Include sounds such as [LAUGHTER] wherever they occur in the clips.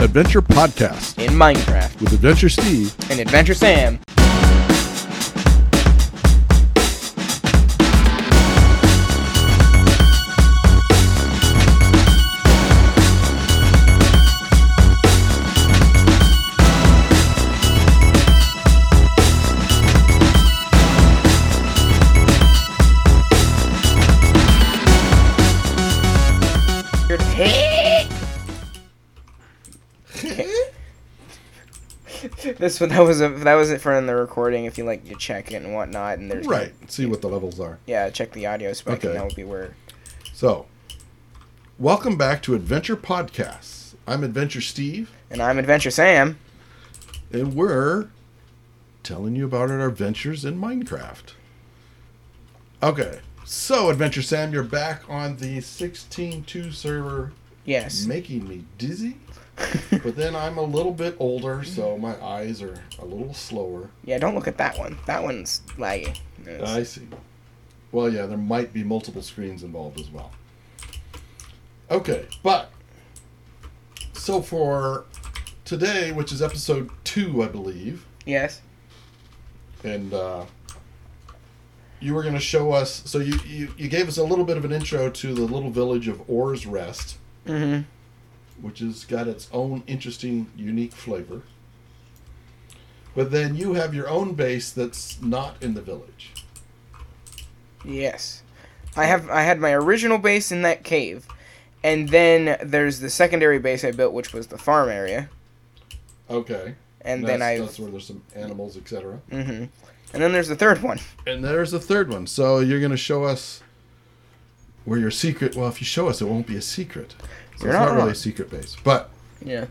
adventure podcast in Minecraft with Adventure Steve. and Adventure Sam. This one that was a, that was it for in the recording. If you like, you check it and whatnot, and there's Right. See what the levels are. yeah, check the audio spec, Okay. and that would be where So, welcome back to Adventure Podcasts. I'm Adventure Steve, And I'm Adventure Sam. and we're telling you about our adventures in Minecraft. Okay. So, Adventure Sam, you're back on the 16.2 server, Yes. making me dizzy. But then I'm a little bit older, so my eyes are a little slower. [LAUGHS] yeah, don't look at that one. That one's laggy. It's- I see. Well, yeah, there might be multiple screens involved as well. Okay, but so for today, which is episode two, I believe, yes. and uh, you were going to show us. So you, you you gave us a little bit of an intro to the little village of Orr's Rest, Mm-hmm. which has got its own interesting, unique flavor. But then you have your own base that's not in the village. Yes. I have I had my original base in that cave. And then there's the secondary base I built which was the farm area. Okay. And that's, then I that's where there's some animals, etc. hmm And then there's the third one. And there's a third one. So you're going to show us where your secret. Well, if you show us, it won't be a secret. So You're it's not not, really wrong. a secret base, but Yeah.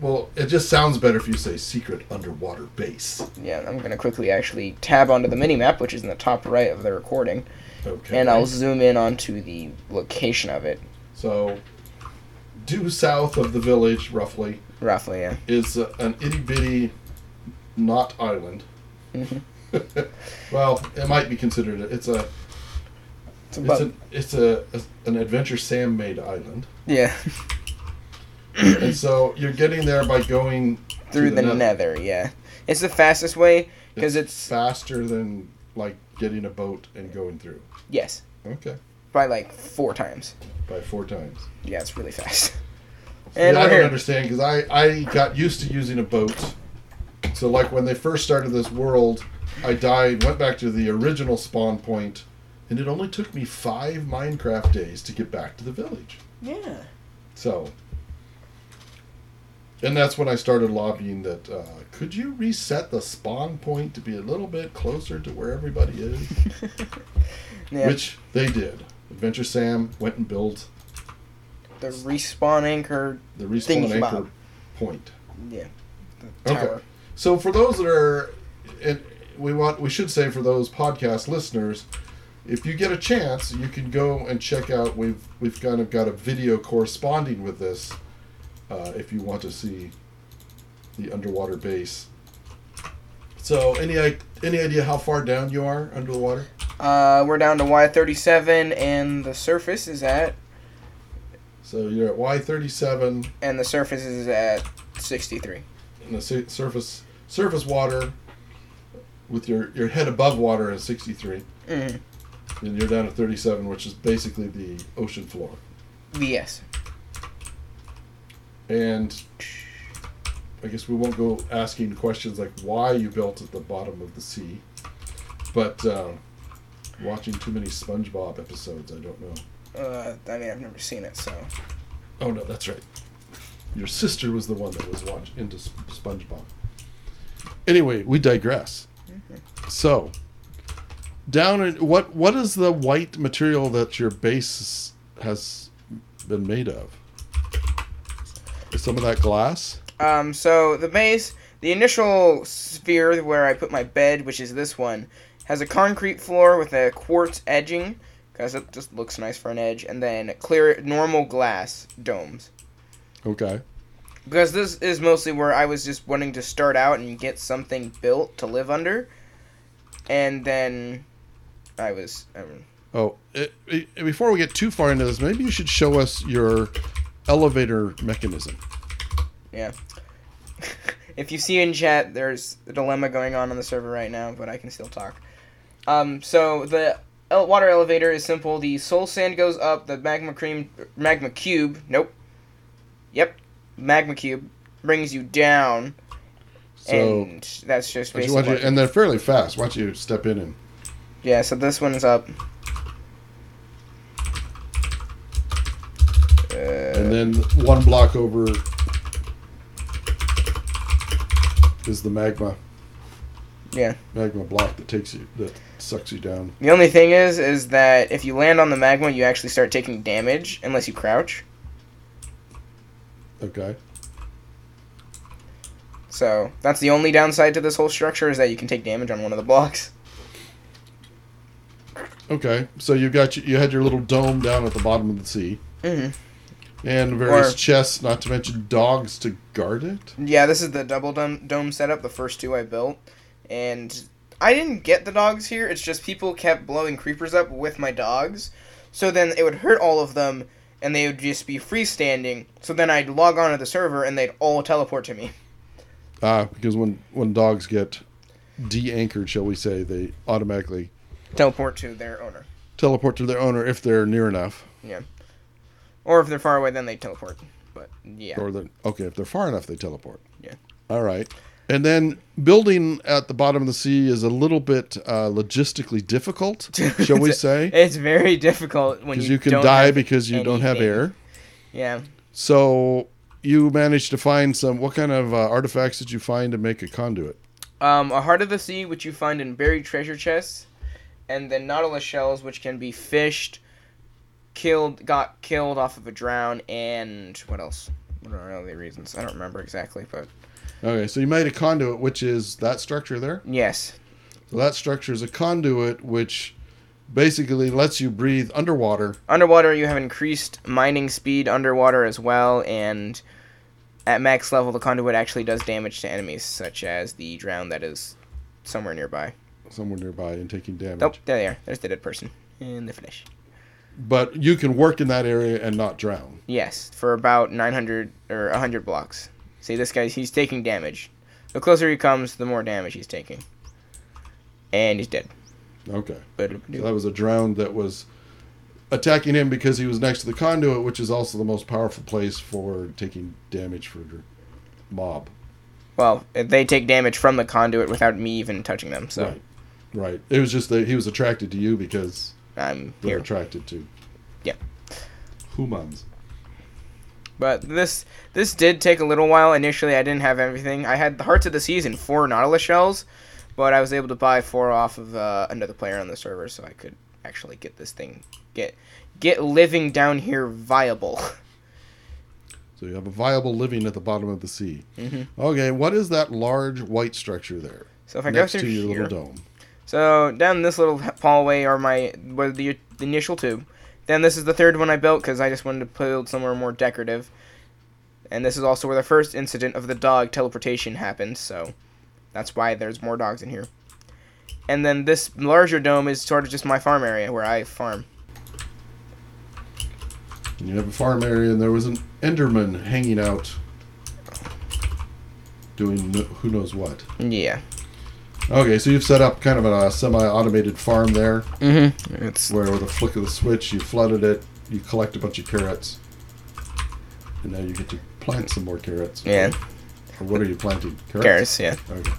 well, it just sounds better if you say secret underwater base. Yeah, I'm going to quickly actually tab onto the mini map which is in the top right of the recording Okay. and I'll zoom in onto the location of it so due south of the village, roughly, roughly. Yeah. is uh, an itty bitty not island. [LAUGHS] Mm-hmm. Mhm. well, it might be considered. a- It's a It's a it's bug. an it's a, a an adventure Sam made island. [LAUGHS] yeah. and so you're getting there by going to through the, nether. yeah. It's the fastest way because it's faster than like getting a boat and going through. yes Okay, by like four times. by four times. Yeah, it's really [LAUGHS] fast. And yeah, I don't we're here. understand because I I got used to using a boat. So like when they first started this world, I died, went back to the original spawn point, and it only took me five Minecraft days to get back to the village. Yeah. So. And that's when I started lobbying that uh, could you reset the spawn point to be a little bit closer to where everybody is? [LAUGHS] Yeah. Which they did. Adventure Sam went and built the respawn anchor. the respawn Thingy anchor Bob. point. Yeah. The Okay. tower. So for those that are, and we want we should say for those podcast listeners, if you get a chance, you can go and check out. We've we've kind of got a video corresponding with this, uh, if you want to see the underwater base. So any i- any idea how far down you are under the water? Uh, we're down to Y thirty seven, and the surface is at, So you're at Y thirty seven. and the surface is at sixty three. in the su- surface surface water with your, your head above water is 63 Mm. and you're down to 37 which is basically the ocean floor Yes. and i guess we won't go asking questions like why you built at the bottom of the sea but uh, watching too many spongebob episodes i don't know Uh, I mean, I've never seen it, so oh no that's right your sister was the one that was watch into Sp- spongebob anyway we digress So, down in what what is the white material that your base has been made of? Is some of that glass? Um, so the base, the initial sphere where I put my bed, which is this one, has a concrete floor with a quartz edging, because it just looks nice for an edge, and then clear normal glass domes. Okay. Because this is mostly where I was just wanting to start out and get something built to live under, and then I was um, Oh, it, it- before we get too far into this, maybe you should show us your elevator mechanism. Yeah. if you see in chat, there's a dilemma going on on the server right now, but I can still talk. Um, so the el- water elevator is simple. The soul sand goes up. The magma cream, magma cube. Nope. Yep. Magma cube brings you down, So and that's just why don't you- why basically. don't you- and they're fairly fast. Why don't you step in and Yeah, so this one's up. Uh, and then one block over is the magma yeah. magma block that takes you that sucks you down. The only thing is, is that if you land on the magma, you actually start taking damage unless you crouch. Okay. So that's the only downside to this whole structure is that you can take damage on one of the blocks. Okay. So you got your, you had your little dome down at the bottom of the sea hmm and various Or- chests, not to mention dogs to guard it. Yeah, this is the double dome, dome setup, the first two I built, and I didn't get the dogs here. It's just people kept blowing creepers up with my dogs, so then it would hurt all of them, and they would just be freestanding. So then I'd log on to the server, and they'd all teleport to me. Ah, because when when dogs get de-anchored, shall we say, they automatically Teleport to their owner, teleport to their owner if they're near enough. or if they're far away, then they teleport. But yeah, Or the okay, if they're far enough, they teleport. Yeah. All right. And then building at the bottom of the sea is a little bit uh, logistically difficult, shall we say? [LAUGHS] it's very difficult when Because you, you can don't die have- because you don't have anything. air. yeah. So you managed to find some. What kind of uh, artifacts did you find to make a conduit? Um, a heart of the sea, which you find in buried treasure chests, and then nautilus shells, which can be fished, killed, got killed off of a drown, and what else? What are the reasons? I don't remember exactly, but Okay, so you made a conduit, which is that structure there. yes, So that structure is a conduit, which basically lets you breathe underwater. underwater you have increased mining speed underwater as well, and at max level the conduit actually does damage to enemies, such as the drown that is somewhere nearby. somewhere nearby and taking damage. Nope, there they are. There's the dead person in the flesh. But you can work in that area and not drown. Yes, for about 900 or 100 blocks. See, this guy, he's taking damage. The closer he comes, the more damage he's taking. And he's dead. Okay. But So that was a drown that was attacking him because he was next to the conduit, which is also the most powerful place for taking damage for your mob. well, they take damage from the conduit without me even touching them. So Right. Right. It was just that he was attracted to you because I'm they're here. attracted to Yeah. humans. But this this did take a little while. Initially, I didn't have everything. I had the hearts of the seas and four nautilus shells, but I was able to buy four off of uh, another player on the server, so I could actually get this thing get get living down here viable. [LAUGHS] So you have a viable living at the bottom of the sea. Mhm. Okay, what is that large white structure there So if I next go to through your here, little dome? So down this little h- hallway are my were the, the initial two. Then this is the third one I built because I just wanted to build somewhere more decorative. And this is also where the first incident of the dog teleportation happened, so that's why there's more dogs in here. And then this larger dome is sort of just my farm area where I farm. And you have a farm area, and there was an Enderman hanging out, doing no- who knows what. Yeah. Okay, so you've set up kind of a semi-automated farm there, Mm-hmm. It's where with a flick of the switch, you flooded it, you collect a bunch of carrots, and now you get to plant some more carrots. yeah, Or what are you planting? Carrots. carrots, yeah, Okay.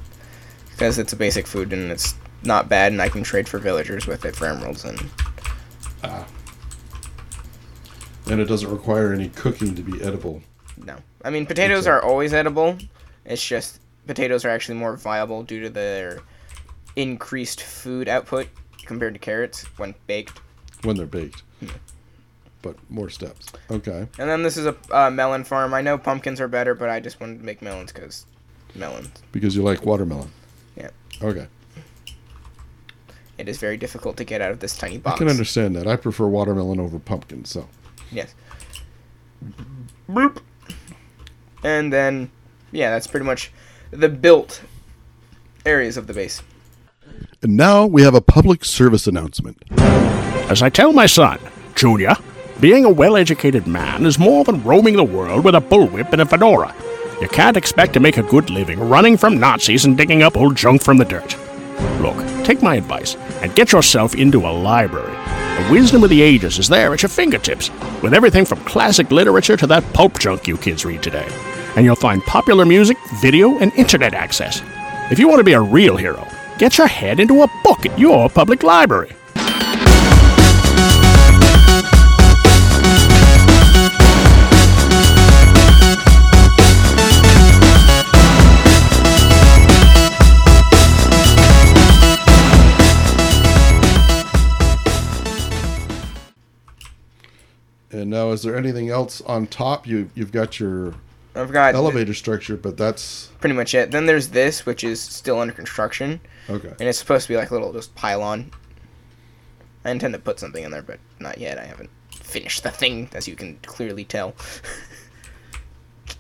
because it's a basic food and it's not bad, and I can trade for villagers with it for emeralds and Ah. And it doesn't require any cooking to be edible. No. I mean, potatoes Okay. are always edible. It's just potatoes are actually more viable due to their increased food output compared to carrots when baked. when they're baked. Hmm. But more steps. Okay. And then this is a uh, melon farm. I know pumpkins are better, but I just wanted to make melons because melons. Because you like watermelon. Yeah. Okay. It is very difficult to get out of this tiny I box. can understand that. I prefer watermelon over pumpkin, so. Yes. Boop. And then, yeah, that's pretty much the built areas of the base. And now we have a public service announcement. As I tell my son, Junior, being a well educated man is more than roaming the world with a bullwhip and a fedora. You can't expect to make a good living running from Nazis and digging up old junk from the dirt. Look, take my advice and get yourself into a library. The wisdom of the ages is there at your fingertips, with everything from classic literature to that pulp junk you kids read today. And you'll find popular music, video, and internet access. If you want to be a real hero, get your head into a book at your public library. And now, is there anything else on top? You you've got your I've got elevator structure, but that's pretty much it. Then there's this, which is still under construction, okay. and it's supposed to be like a little just pylon. I intend to put something in there, but not yet. I haven't finished the thing, as you can clearly tell.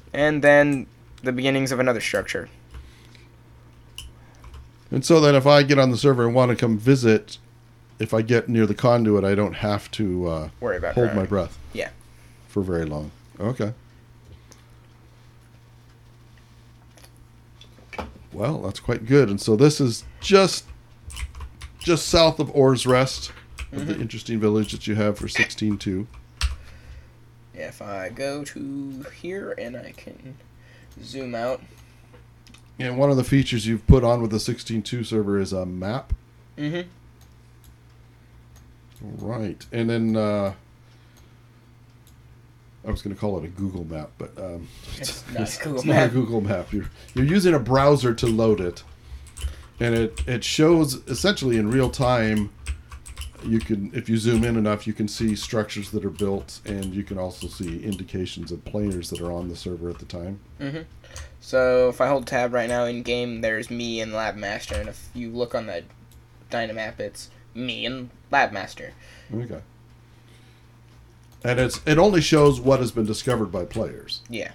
[LAUGHS] and then the beginnings of another structure. And so then, if I get on the server and want to come visit, if I get near the conduit, I don't have to uh, Worry about hold her. my breath Yeah. for very long. Okay. Well, that's quite good. And so this is just just south of Orr's Rest, of Mm-hmm. the interesting village that you have for sixteen two. If I go to here and I can zoom out. And one of the features you've put on with the sixteen two server is a map. Mm-hmm. Right. And then uh, I was going to call it a Google map, but um, [LAUGHS] It's not a Google it's not map. a Google map. You're you're using a browser to load it, and it it shows essentially in real time. You can, if you zoom in enough, you can see structures that are built, and you can also see indications of players that are on the server at the time. So if I hold tab right now in game, there's me and Lab Master, and if you look on the Dynamap, it's me and Lab Master. Okay. And it's it only shows what has been discovered by players. Yeah.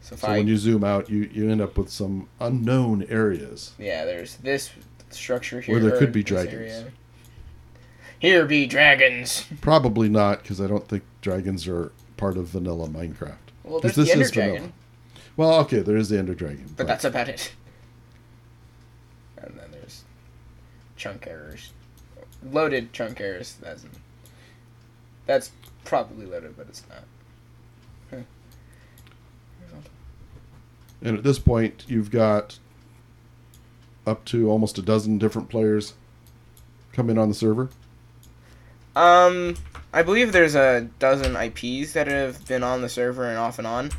So if So I when you zoom out, you you end up with some unknown areas. yeah, there's this structure here. Or there could or be this dragons. area. Here be dragons. [LAUGHS] Probably not, because I don't think dragons are part of vanilla Minecraft. Well, 'Cause there's the Ender vanilla. Dragon, Well, okay, there is the Ender Dragon. but right. that's about it. [LAUGHS] And then there's chunk errors, loaded chunk errors. That's that's probably loaded, but it's not. And at this point, you've got up to almost a dozen different players come in on the server. Um, I believe there's a dozen IPs that have been on the server and off and on.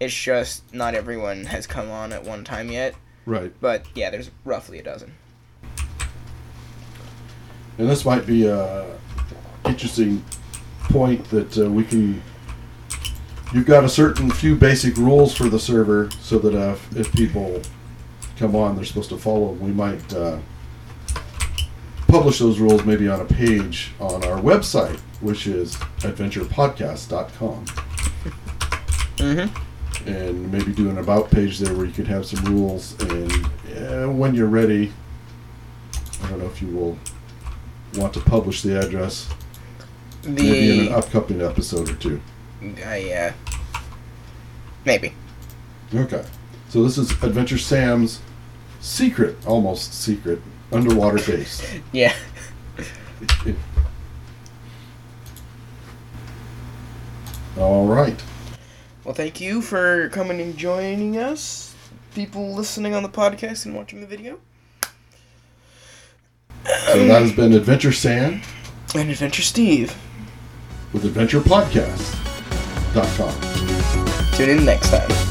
It's just not everyone has come on at one time yet. Right. But yeah, there's roughly a dozen. And this might be a interesting point that uh, we can. You've got a certain few basic rules for the server, so that uh, if people come on, they're supposed to follow. them. We might uh, publish those rules maybe on a page on our website, which is adventurepodcast.com, Mm-hmm. and maybe do an about page there where you could have some rules. And uh, when you're ready, I don't know if you will want to publish the address maybe in an The upcoming episode or two. I uh, maybe. Okay. So this is Adventure Sam's secret, almost secret, underwater base. [LAUGHS] Yeah. All right. Well, thank you for coming and joining us, people listening on the podcast and watching the video. So that has been Adventure Sam And Adventure Steve. with AdventurePodcast.com. Tune in next time.